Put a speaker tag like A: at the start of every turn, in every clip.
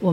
A: 我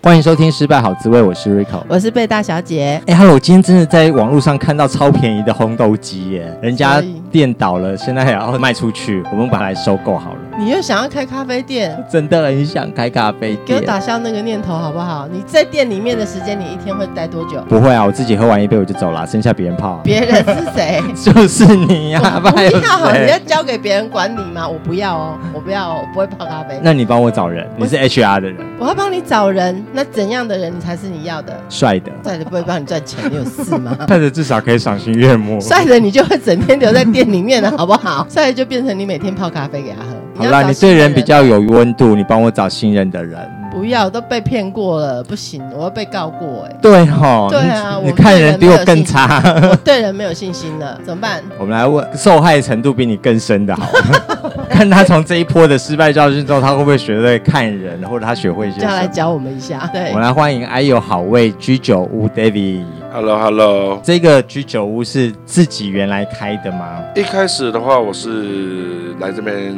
B: 欢迎收听《失败好滋味》，我是 Rico。
A: 我是贝大小姐，
B: 哎、h e l l o 今天真的在网络上看到超便宜的烘豆机耶，人家
C: 所以
B: 店倒了，现在也要卖出去，我们把它来收购好了。
C: 你又想要开咖啡店，
B: 真的很想开咖啡
C: 给我
B: 店。
C: 打消那个念头好不好？你在店里面的时间，你一天会待多久？
B: 不会啊，我自己喝完一杯我就走了，剩下别人泡、啊。
C: 别人是 谁？
B: 就是你呀、哎
C: 我
B: 不然有
C: 不要，你要
B: 谁？
C: 交给别人管理吗？我不要哦， 我不要、哦，我不会泡咖啡。
B: 那你帮我找人，
C: 我
B: 你是 HR 的人，
C: 我要帮你找人，那怎样的人你才是你要的？
B: 帅的，？
C: 帅的不会帮你赚钱，你有事吗
B: 看着至少可以赏心悦目。
C: 帅的你就会整天留在店里面了，好不好？帅的就变成你每天泡咖啡给他喝。
B: 好
C: 要
B: 啦，
C: 找
B: 你
C: 信
B: 对
C: 任
B: 人比较有温度，你帮我找信任的人。
C: 不要，都被骗过了，不行，我要被告过 哎、
B: 对吼，
C: 对啊
B: 你
C: 我
B: 你看
C: 对
B: 人
C: 人
B: 比
C: 没
B: 我
C: 有
B: 更
C: 信心
B: 差。
C: 我对人没有信心了，怎么办？
B: 我们来问受害程度比你更深的好 了，看他从这一波的失败教训中，他会不会学会看人，或者他学会一些
C: 就要来
B: 什么？
C: 教我们一下。对
B: 我们，来欢迎哎呦好味居酒屋 David。
D: Hello Hello，
B: 这个居酒屋是自己原来开的吗？
D: 一开始的话，我是来这边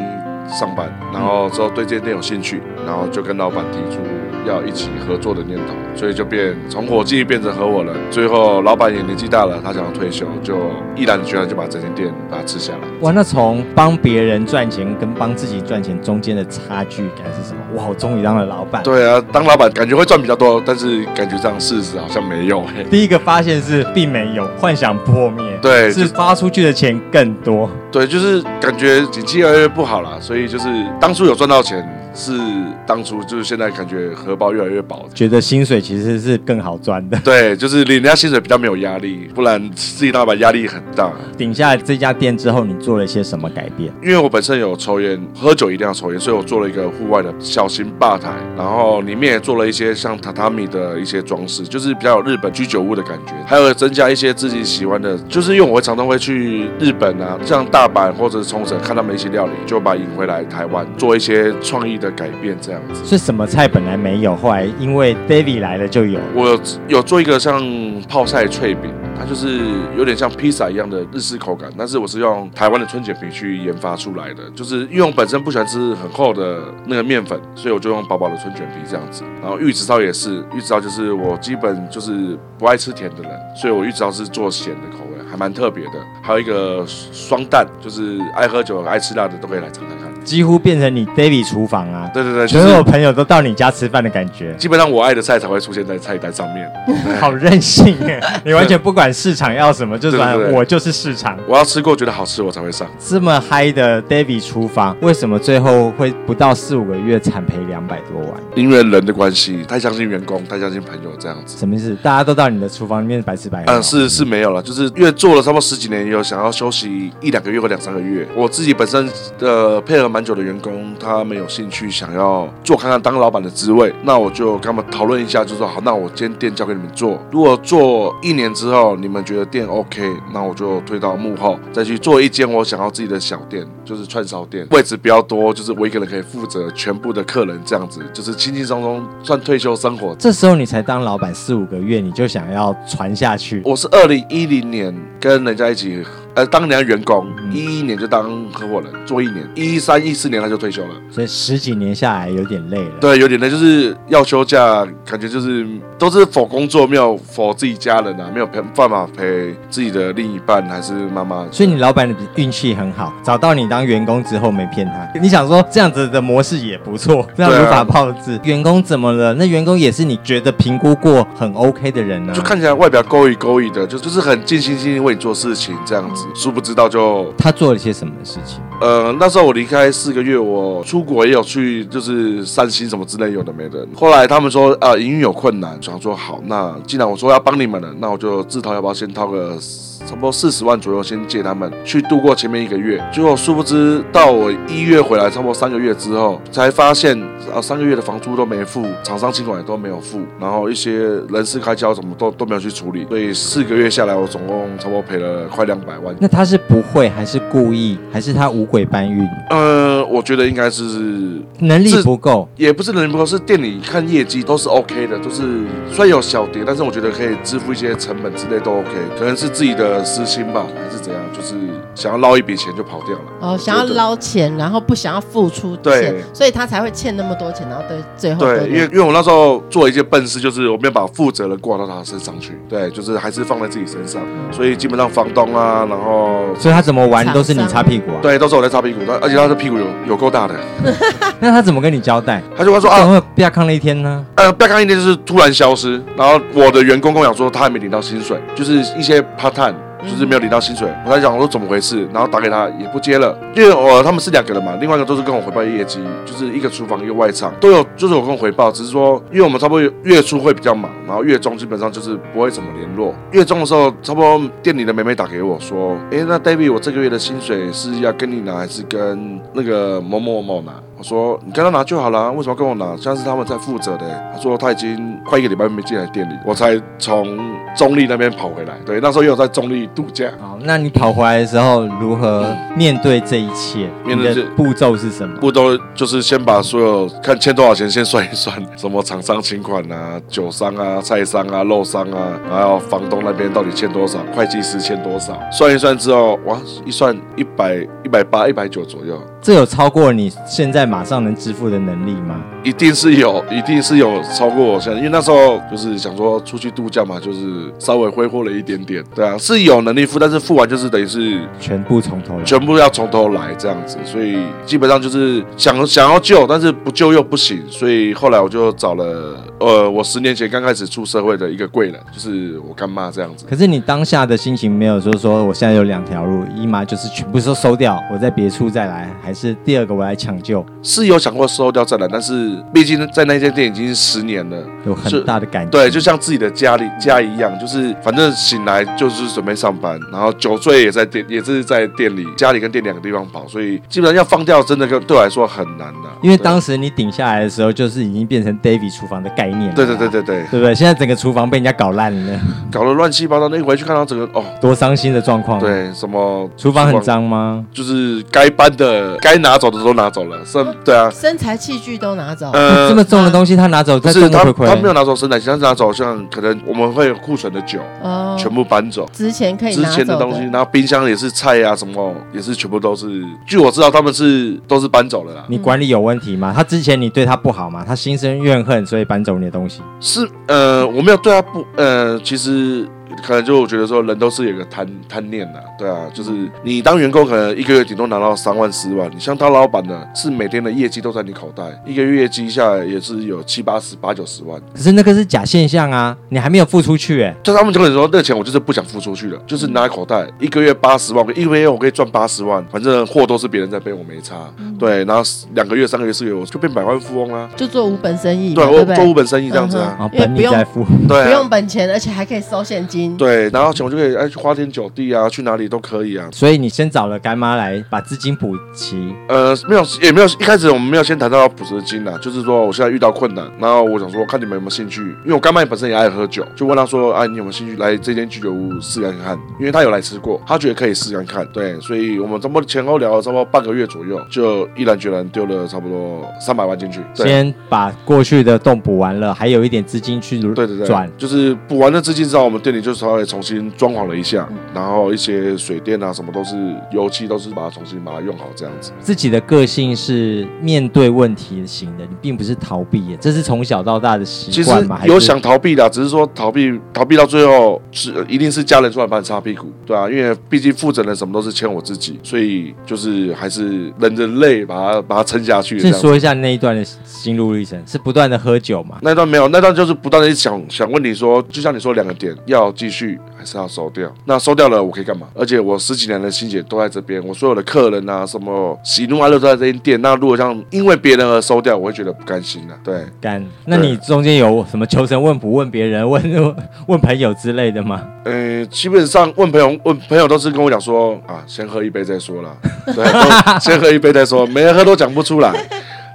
D: 上班，然后之后对这间店有兴趣，然后就跟老板提出要一起合作的念头，所以就变从伙计变成合伙人。最后老板也年纪大了，他想要退休，就毅然决然就把这间店把它吃下来。
B: 哇，那从帮别人赚钱跟帮自己赚钱中间的差距感是什么？哇，我终于当了老板。，
D: 对啊，当老板感觉会赚比较多，但是感觉这样事实好像没有、欸。
B: 第一个发现是并没有幻想破灭，
D: 对
B: 是
D: 就
B: 花出去的钱更多。
D: 对，就是感觉景气越来越不好啦，所以就是当初有赚到钱，是当初就是现在感觉荷包越来越薄。
B: 觉得薪水其实是更好赚的，
D: 对，就是领人家薪水比较没有压力，不然自己老板压力很大。
B: 顶下这家店之后，你做了些什么改变？
D: 因为我本身有抽烟，喝酒一定要抽烟，所以我做了一个户外的小型吧台，然后里面也做了一些像榻榻米的一些装饰，就是比较有日本居酒屋的感觉，还有增加一些自己喜欢的，就是因为我会常常会去日本啊，像大阪或者是冲绳看他们一些料理，就把它引回来台湾做一些创意的改变这样子。
B: 是什么菜本来没有，后来因为 David 来了就有。
D: 我有有做一个像泡菜脆饼，它就是有点像披萨一样的日式口感，但是我是用台湾的春卷皮去研发出来的。就是因为我本身不喜欢吃很厚的那个面粉，所以我就用薄薄的春卷皮这样子。然后玉子烧也是，玉子烧就是我基本就是不爱吃甜的人，所以我玉子烧是做咸的口味，还蛮特别的。还有一个双蛋，就是爱喝酒、爱吃辣的都可以来尝尝看。
B: 几乎变成你 David 厨房啊，
D: 对对对，就
B: 所有
D: 是
B: 朋友都到你家吃饭的感觉，
D: 基本上我爱的菜才会出现在菜单上面。
B: 好任性哎！你完全不管市场要什么，就是
D: 对对对
B: 我就是市场。
D: 我要吃过觉得好吃，我才会上。
B: 这么嗨的 David 厨房，为什么最后会不到四五个月惨赔两百多万？
D: 因为人的关系，太相信员工，太相信朋友这样子。
B: 什么意思？大家都到你的厨房里面白吃白喝哦？
D: 嗯，是是没有了，就是因为做了差不多十几年，有想要休息一两个月或两三个月。我自己本身呃配合蛮久的员工，他们有兴趣想要做看看当老板的职位，那我就跟他们讨论一下，就说好，那我今天店交给你们做。如果做一年之后你们觉得店 OK，那我就推到幕后，再去做一间我想要自己的小店，就是串烧店，位置比较多，就是我一个人可以负责全部的客人这样子，就是轻轻松松算退休生活
B: 这时候你才当老板四五个月，你就想要传下去，
D: 我是二零一零年跟人家一起，呃，当人家员工，一一年就当合伙人，做一年，一三一四年他就退休了。
B: 所以十几年下来有点累了。
D: 对，有点累，就是要休假，感觉就是都是否工作，没有否自己家人啊，没有陪办法陪自己的另一半还是妈妈。
B: 所以你老板的运气很好，找到你当员工之后没骗他。你想说这样子的模式也不错，这样
D: 对啊
B: 如法炮制。员工怎么了？那员工也是你觉得评估过很 OK 的人呢、啊
D: 就看起来外表勾一勾一的，就就是很尽心尽力为你做事情这样子，殊不知道就
B: 他做了些什么事情。
D: 呃，那时候我离开四个月，我出国也有去，就是散心什么之类有的没的。后来他们说，啊呃，营运有困难，想说好，那既然我说要帮你们了，那我就自掏腰包先掏个差不多四十万左右先借他们去度过前面一个月。结果殊不知到我一月回来，差不多三个月之后，才发现啊三个月的房租都没付，厂商尽管也都没有付，然后一些人事开销什么都都没有去处理，所以四个月下来，我总共差不多赔了快两百万。
B: 那他是不会，还是故意，还是他五鬼搬运，
D: 呃，我觉得应该是
B: 能力
D: 是
B: 不够？
D: 也不是能力不够，是店里看业绩都是 OK 的，就是虽然有小跌，但是我觉得可以支付一些成本之类都 OK，可能是自己的私心吧，还是怎样，就是想要捞一笔钱就跑掉了。
C: 哦，想要捞钱，然后不想要付出
D: 对
C: 钱，所以他才会欠那么多钱，然后对最后
D: 对，
C: 对
D: 因为因为我那时候做一件笨事，就是我没有把负责人挂到他身上去，对，就是还是放在自己身上，所以基本上房东啊，然后
B: 所以他怎么玩都是你擦屁股啊？。
D: 对都是我在擦屁股，他而且他的屁股有有够大的，
B: 那他怎么跟你交代？
D: 他就会说
B: 怎
D: 啊，
B: 么会被他抗了一天呢？
D: 呃，不要看一天就是突然消失，然后我的员工跟我讲说他还没领到薪水，就是一些 part time。就是没有领到薪水，我在想说怎么回事，然后打给他也不接了，因为我他们是两个人嘛，另外一个都是跟我回报业绩，就是一个厨房一个外场都有，就是我跟我回报，只是说因为我们差不多月初会比较忙，然后月中基本上就是不会怎么联络，月中的时候差不多店里的妹妹打给我说，诶，那 David 我这个月的薪水是要跟你拿还是跟那个某某某拿？我说你跟他拿就好啦，为什么要跟我拿？像是他们在负责的、他说他已经快一个礼拜没进来店里，我才从中立那边跑回来。对，那时候又有在中立度假，
B: 好，那你跑回来的时候如何面对这一切？
D: 面
B: 你
D: 对这
B: 的步骤是什么？
D: 不都就是先把所有看欠多少钱先算一算，什么厂商请款啊、酒商啊、菜商啊、肉商啊，还有房东那边到底欠多少，会计师欠多少，算一算之后，哇，一算一百一百八、一百九左右，
B: 这有超过你现在马上能支付的能力吗？
D: 一定是有，一定是有超过我现在，因为那时候就是想说出去度假嘛，就是稍微挥霍了一点点，对啊，是有能力付，但是付完就是等于是
B: 全部从头来。
D: 全部要从头来这样子，所以基本上就是想想要救，但是不救又不行，所以后来我就找了呃，我十年前刚开始出社会的一个贵人，就是我干妈这样子。
B: 可是你当下的心情没有说说我现在有两条路，一嘛就是全部都收掉，我在别处再来，还是第二个我来抢救，
D: 是有想过收掉再来，但是毕竟在那间店已经十年了，
B: 有
D: 是
B: 很大的感觉。
D: 对，就像自己的家里家一样，就是反正醒来就是准备上班，然后酒醉也在店，也是在店里、家里跟店两个地方跑，所以基本上要放掉，真的跟对我来说很难的、
B: 因为当时你顶下来的时候，就是已经变成 David 厨房的概念了。
D: 对对对，对对，
B: 对不对？现在整个厨房被人家搞烂 了，
D: 搞得乱七八糟，那一回去看到整个哦，
B: 多伤心的状况。，
D: 对，什么
B: 厨房很，脏吗？
D: 就是该搬的、该拿走的都拿走了，剩对啊，
C: 身材器具都拿走，
D: 呃，
B: 哦这么重的东西他拿走，
D: 不
B: 他
D: 是
B: 众目
D: 他
B: 睽
D: 他没有
B: 睽。
D: 拿走生产线，他是拿走像可能我们会有库存的酒，
C: 哦，
D: 全部搬走。
C: 之前可以
D: 之
C: 拿
D: 前的
C: 走
D: 东西，然后冰箱也是菜啊，什么也是全部都是。据我知道，他们是都是搬走了啦。
B: 你管理有问题吗？他之前你对他不好嘛，他心生怨恨，所以搬走你的东西。
D: 是呃，我没有对他不呃，其实可能就我觉得说，人都是有个贪贪念的，对啊，就是你当员工可能一个月顶多拿到三万四万，你像当老板呢，是每天的业绩都在你口袋，一个月业绩下来也是有七八十、八九十万。
B: 可是那个是假现象啊，你还没有付出去哎、
D: 就他们就跟你说，那钱我就是不想付出去了，就是拿在口
C: 嗯
D: 袋，一个月八十万，一个月我可以赚八十万，反正货都是别人在背，我没差。
C: 嗯
D: 对，然后两个月、三个月、四个月，我就变百万富翁啦、
C: 就做无本生意嘛，
D: 对，
C: 嗯对
D: 我
C: 不
D: 做
C: 对
D: 无？本生意这样子啊，
B: 啊，
C: 因为
B: 本
C: 不
B: 你
C: 用
B: 在付，
D: 对啊，
C: 不用本钱，而且还可以收现金。
D: 对，然后钱我就可以哎去花天酒地啊，去哪里都可以啊。
B: 所以你先找了干妈来把资金补齐，
D: 呃，没有，也没有，一开始我们没有先谈到补资金啦，啊就是说我现在遇到困难，然后我想说看你们有没有兴趣，因为我干妈本身也爱喝酒，就问他说，哎、你有没有兴趣来这间居酒屋试看看？因为他有来吃过，他觉得可以试看看，对，所以我们差不多前后聊了差不多半个月左右，就毅然决然丢了差不多三百万进去，对。
B: 先把过去的洞补完了，还有一点资金去
D: 对对对，
B: 转。
D: 就是补完了资金之后，我们店里就稍微重新装潢了一下，然后一些水电啊什么都是油漆都是把它重新把它用好这样子。
B: 自己的个性是面对问题型的，你并不是逃避耶，这是从小到大的习
D: 其实
B: 惯嘛？还是
D: 有想逃避的啊，只是说逃避逃避到最后是一定是家人出来帮你擦屁股，对啊，因为毕竟负责人什么都是欠我自己，所以就是还是忍着泪把它把它撑下去这
B: 先
D: 样子。
B: 说一下那一段的心路历程，是不断的喝酒嘛？
D: 那段没有，那段就是不断的想想问你说，就像你说两个点，要继续还是要收掉。那收掉了，我可以干嘛？而且我十几年的心血都在这边，我所有的客人啊，什么喜怒哀乐都在这间店。那如果像因为别人而收掉，我会觉得不甘心的、对，
B: 干，那你中间有什么求神问卜、问别人、问 问朋友之类的吗？
D: 呃，基本上问朋友，问朋友都是跟我讲说啊，先喝一杯再说啦。对，都先喝一杯再说，没人喝都讲不出来。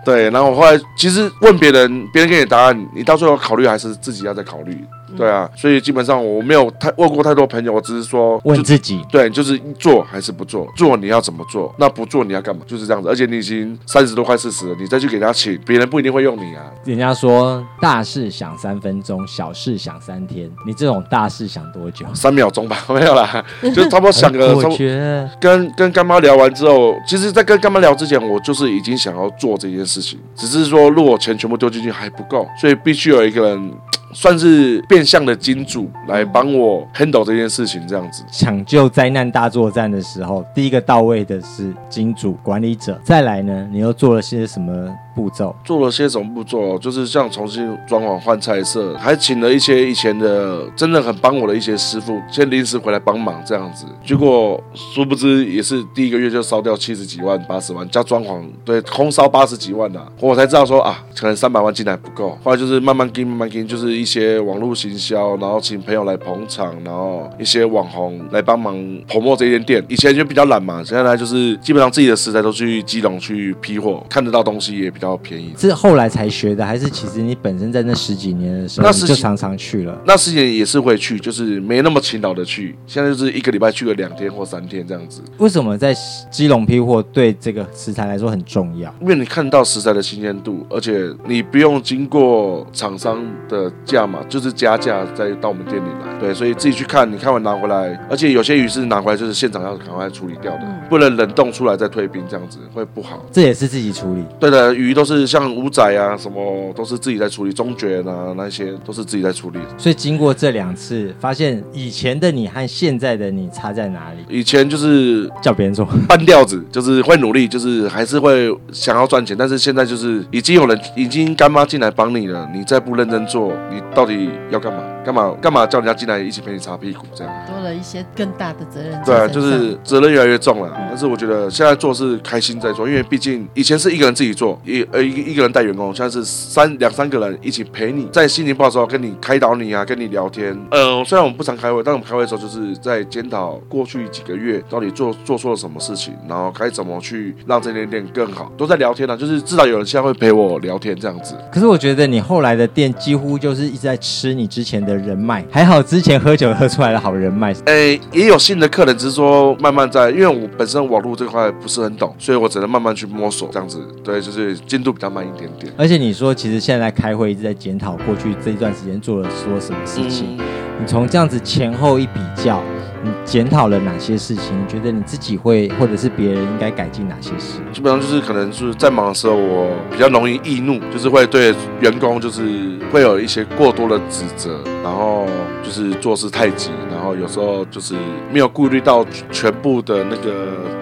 D: 对，然后我后来其实问别人，别人给你答案，你到最后考虑还是自己要再考虑。对啊，所以基本上我没有太问过太多朋友，我只是说
B: 问
D: 就
B: 自己，
D: 对，就是做还是不做，做你要怎么做，那不做你要干嘛，就是这样子。而且你已经三十多快四十了，你再去给他请，别人不一定会用你啊。
B: 人家说大事想三分钟，小事想三天，你这种大事想多久？哎
D: 三秒钟吧， 没有啦，就差不多想个差不
B: 我
D: 多。
B: 觉得
D: 跟跟干妈聊完之后，其实，在跟干妈聊之前，我就是已经想要做这件事情，只是说，如果钱全部丢进去还不够，所以必须有一个人。算是变相的金主来帮我 handle 这件事情，这样子。
B: 抢救灾难大作战的时候，第一个到位的是金主管理者，再来呢，你又做了些什么步骤？
D: 做了些什么步骤？就是像重新装潢、换菜色，还请了一些以前的真的很帮我的一些师傅，先临时回来帮忙这样子。结果殊不知也是第一个月就烧掉七十几万、八十万，加装潢，对，空烧八十几万呐、我才知道说啊，可能三百万进来不够。后来就是慢慢跟慢慢跟，就是一些网络行销，然后请朋友来捧场，然后一些网红来帮忙 promo 这间店。以前就比较懒嘛，现在就是基本上自己的食材都去基隆去批货，看得到东西也比较便宜。
B: 是后来才学的，还是其实你本身在那十几年的时候
D: 那
B: 你
D: 十
B: 就
D: 几
B: 常常去了？
D: 那师姐也是会去，就是没那么勤劳的去。现在就是一个礼拜去个两天或三天这样子，
B: 为什么在基隆批货对这个食材来说很重要？
D: 因为你看到食材的新鲜度，而且你不用经过厂商的价码，就是加价再到我们店里来。对，所以自己去看，你看完拿回来，而且有些鱼是拿回来就是现场要赶快处理掉的，不能冷冻出来再退冰，这样子会不好。
B: 这也是自己处理。
D: 对的，鱼都是像五仔啊，什么都是自己在处理，中卷啊那些都是自己在处理。
B: 所以经过这两次，发现以前的你和现在的你差在哪里？
D: 以前就是
B: 叫别人做，
D: 半吊子，就是会努力，就是还是会想要赚钱，但是现在就是已经有人已经干妈进来帮你了，你再不认真做，你到底要干嘛？干嘛干嘛叫人家进来一起陪你擦屁股这样？
C: 多了一些更大的责任在身上。嗯
D: 对，啊就是责任越来越重了。但是我觉得现在做是开心在做，因为毕竟以前是一个人自己做，一呃一个一个人带员工，现在是三两三个人一起陪你，在心情不好的时候跟你开导你啊，跟你聊天。呃，虽然我们不常开会，但我们开会的时候就是在检讨过去几个月到底做做错了什么事情，然后该怎么去让这间店更好，都在聊天啊，就是至少有人现在会陪我聊天这样子。
B: 可是我觉得你后来的店几乎就是一直在吃你之前的人脉，还好之前喝酒喝出来的好人脉。
D: 诶，也有新的客人，只是说慢慢在，因为我本身网络这块不是很懂，所以我只能慢慢去摸索这样子。对，就是进度比较慢一点点。
B: 而且你说，其实现在开会一直在检讨过去这一段时间做了说什么事
D: 嗯
B: 情，你从这样子前后一比较，你检讨了哪些事情？你觉得你自己会，或者是别人应该改进哪些事？
D: 基本上就是可能就是在忙的时候，我比较容易易怒，就是会对员工就是会有一些过多的指责，然后就是做事太急，然后有时候就是没有顾虑到全部的那个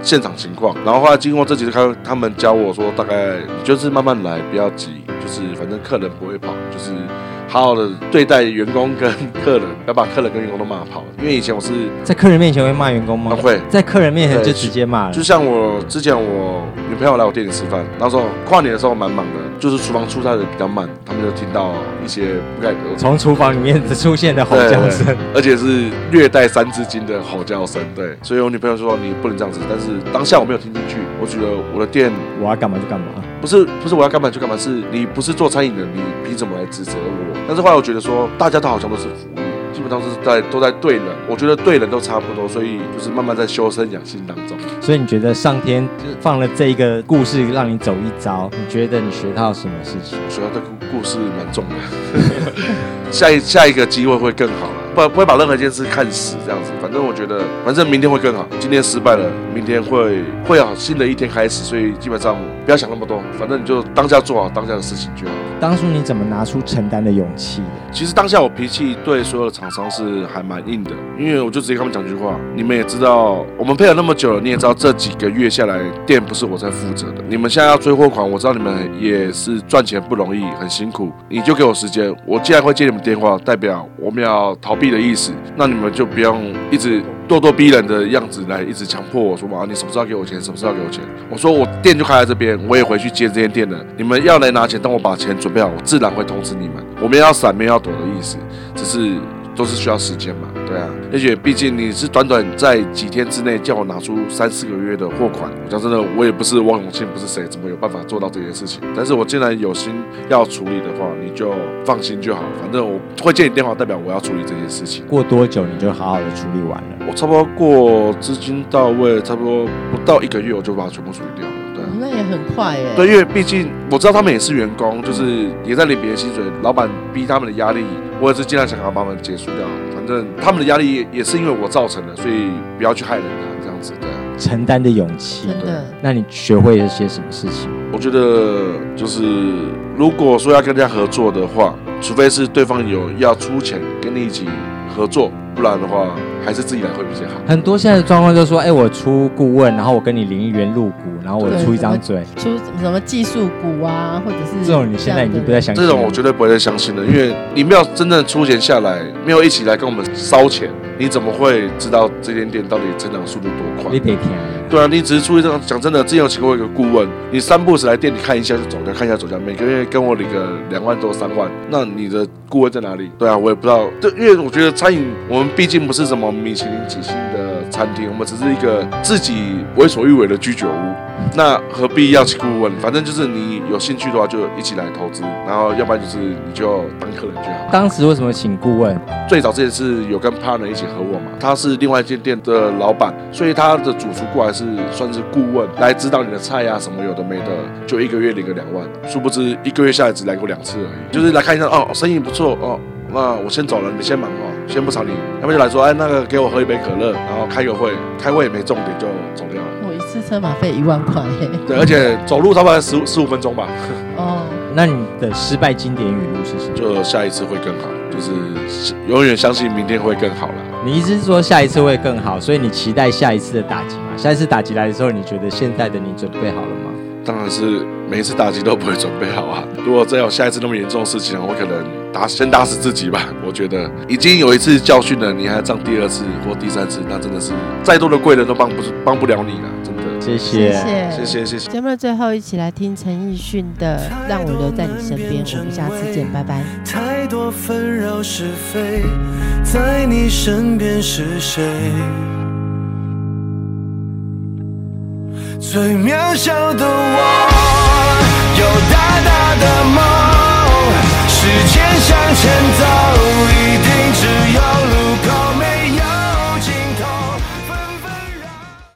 D: 现场情况。然后后来经过这几次开会，他们教我说，大概你就是慢慢来，不要急，就是反正客人不会跑，就是。好好的对待员工跟客人，不要把客人跟员工都骂跑。因为以前我是
B: 在客人面前会骂员工吗？
D: 啊会
B: 在客人面前就
D: 对
B: 直接骂了
D: 就。像我之前我女朋友来我店里吃饭，那时候跨年的时候蛮忙的，就是厨房出菜的比较慢，他们就听到一些不该
B: 从厨房里面出现的吼叫声，
D: 对，而且是略带三字经的吼叫声，对，所以我女朋友说你不能这样子，但是当下我没有听进去，我觉得我的店
B: 我要干嘛就干嘛。
D: 不是不是我要干嘛就干嘛，是你不是做餐饮的，你凭什么来指责我？但是后来我觉得说，大家都好像都是服务业，基本上是在都在对人，我觉得对人都差不多，所以就是慢慢在修身养性当中。
B: 所以你觉得上天放了这一个故事让你走一遭，你觉得你学到什么事情？
D: 所以这个故事蛮重的， 下一下一个机会会更好了，不不会把任何一件事看死这样子。反正我觉得，反正明天会更好，今天失败了，明天会会有新的一天开始。所以基本上不要想那么多，反正你就当下做好当下的事情就好。
B: 当初你怎么拿出承担的勇气的？
D: 其实当下我脾气对所有的厂商是还蛮硬的，因为我就直接跟他们讲一句话，你们也知道，我们配合那么久了，你也知道这几个月下来店不是我在负责的，你们现在要追货款，我知道你们也是赚钱不容易，很辛苦，你就给我时间，我既然会接你们电话，代表我们要逃避必的意思。那你们就不用一直咄咄逼人的样子来一直强迫我说嘛，你什么时候要给我钱，什么时候要给我钱？我说我店就开在这边，我也回去接这间店了。你们要来拿钱，当我把钱准备好，我自然会通知你们。我们要闪，没有要躲的意思，只是都是需要时间嘛，对啊。而且毕竟你是短短在几天之内叫我拿出三四个月的货款，我讲真的，我也不是汪永庆，不是谁，怎么有办法做到这件事情？但是我既然有心要处理的话，你就放心就好，反正我会接你电话，代表我要处理这件事情。
B: 过多久你就好好的处理完了。
D: 我差不多过资金到位，差不多不到一个月，我就把它全部处理掉了，对啊。
C: 那也很快耶。
D: 对，因为毕竟我知道他们也是员工，就是也在领别的薪水，老板逼他们的压力，我也是尽量想要把他们结束掉。反正他们的压力也也是因为我造成的，所以不要去害人啊，这样子对啊。
B: 承担的勇气。
C: 真的，
B: 那你学会了些什么事情？
D: 我觉得就是如果说要跟人家合作的话，除非是对方有要出钱跟你一起合作，不然的话还是自己来会比较好。
B: 很多现在的状况就是说，哎、我出顾问，然后我跟你零一元入股，然后我
C: 对
B: 出一张嘴，
C: 出什么技术股啊，或者是
B: 这种你现在已经不再相信
D: 这
B: 了。
D: 种我绝对不会相信的，因为你没有真正出钱下来，没有一起来跟我们烧钱，你怎么会知道这间店到底成长速度多快？
B: 你别骗。
D: 对啊，你只是注意这种。讲真的，之前有请过一个顾问，你三步时来店里看一下就走掉，看一下走掉，每个月跟我领个两万多三万，那你的顾问在哪里？对啊，我也不知道。对，因为我觉得餐饮，我们毕竟不是什么米其林几星的餐厅，我们只是一个自己为所欲为的居酒屋。那何必要请顾问？反正就是你有兴趣的话，就一起来投资，然后要不然就是你就当客人就好。
B: 当时为什么请顾问？
D: 最早之前是有跟 partner 一起合伙嘛，他是另外一间店的老板，所以他的主厨过来是算是顾问，来指导你的菜啊呀、什么有的没的，就一个月领个两万，殊不知一个月下来只来过两次而已，就是来看一下哦，生意不错哦。那我先走了，你先忙哦，先不吵你。要不就来说，哎，那个给我喝一杯可乐，然后开个会，开会也没重点就走掉了。
C: 我一次车马费一万块 耶。
D: 对，而且走路差不多十十五分钟吧。
C: 哦，
B: 那你的失败经典语录是什么？
D: 就下一次会更好，就是永远相信明天会更好啦。
B: 你意思是说下一次会更好，所以你期待下一次的打击吗？下一次打击来的时候，你觉得现在的你准备好了吗？
D: 当然是每一次打击都不会准备好啊。 如果真有下一次那么严重的事情，我可能打先打死自己吧。我觉得已经有一次教训了，你还这样第二次或第三次，那真的是再多的贵人都帮不帮不了你了，真的。
B: 谢
C: 谢
B: 谢。
C: 谢，
D: 谢。谢谢谢。
C: 节目的最后，一起来听陈奕迅的《让我留在你身边》，我们下次见，拜拜。
E: 太多纷扰是非，在你身边是谁？最渺小的我，有大大的梦